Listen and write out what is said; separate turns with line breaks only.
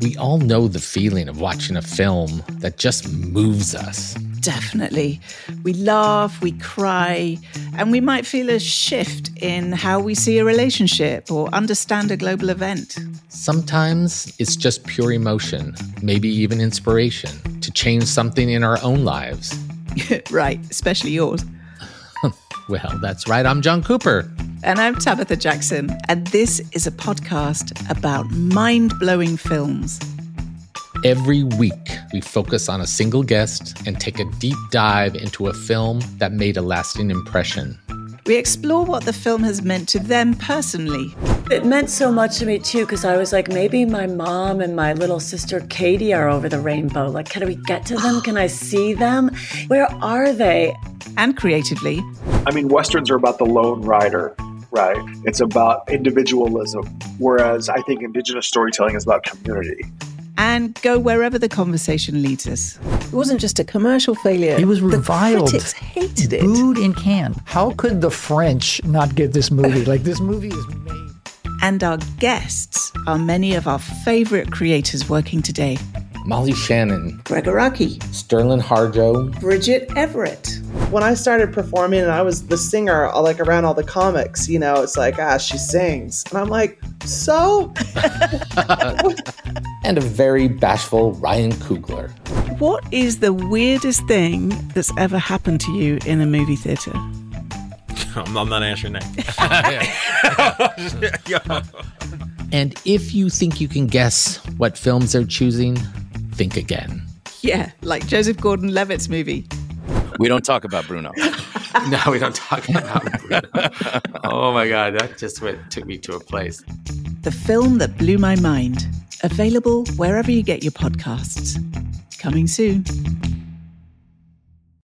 We all know the feeling of watching a film that just moves us.
Definitely. We laugh, we cry, and we might feel a shift in how we see a relationship or understand a global event.
Sometimes it's just pure emotion, maybe even inspiration, to change something in our own lives.
right, especially yours.
Well, that's right. I'm John Cooper.
And I'm Tabitha Jackson, and this is a podcast about mind blowing films.
Every week, we focus on a single guest and take a deep dive into a film that made a lasting impression.
We explore what the film has meant to them personally.
It meant so much to me too, because I was like, maybe my mom and my little sister Katie are over the rainbow. Like, can we get to them? Can I see them? Where are they?
And creatively.
I mean, Westerns are about the lone rider, right? It's about individualism, whereas I think Indigenous storytelling is about community.
And go wherever the conversation leads us.
It wasn't just a commercial failure.
It was reviled.
The critics hated it.
Booed in Cannes. How could the French not give this movie? Like, this movie is made.
And our guests are many of our favorite creators working today.
Molly Shannon,
Gregor Aki,
Sterling Harjo,
Bridget Everett.
When I started performing and I was the singer, like around all the comics, you know, it's like, ah, she sings. And I'm like, so?
and a very bashful Ryan Kugler.
What is the weirdest thing that's ever happened to you in a movie theater?
I'm, I'm not answering
that. and if you think you can guess what films they're choosing, think again.
Yeah, like Joseph Gordon Levitt's movie.
We don't talk about Bruno.
no, we don't talk about Bruno. oh my God, that just went, took me to a place.
The film that blew my mind. Available wherever you get your podcasts. Coming soon.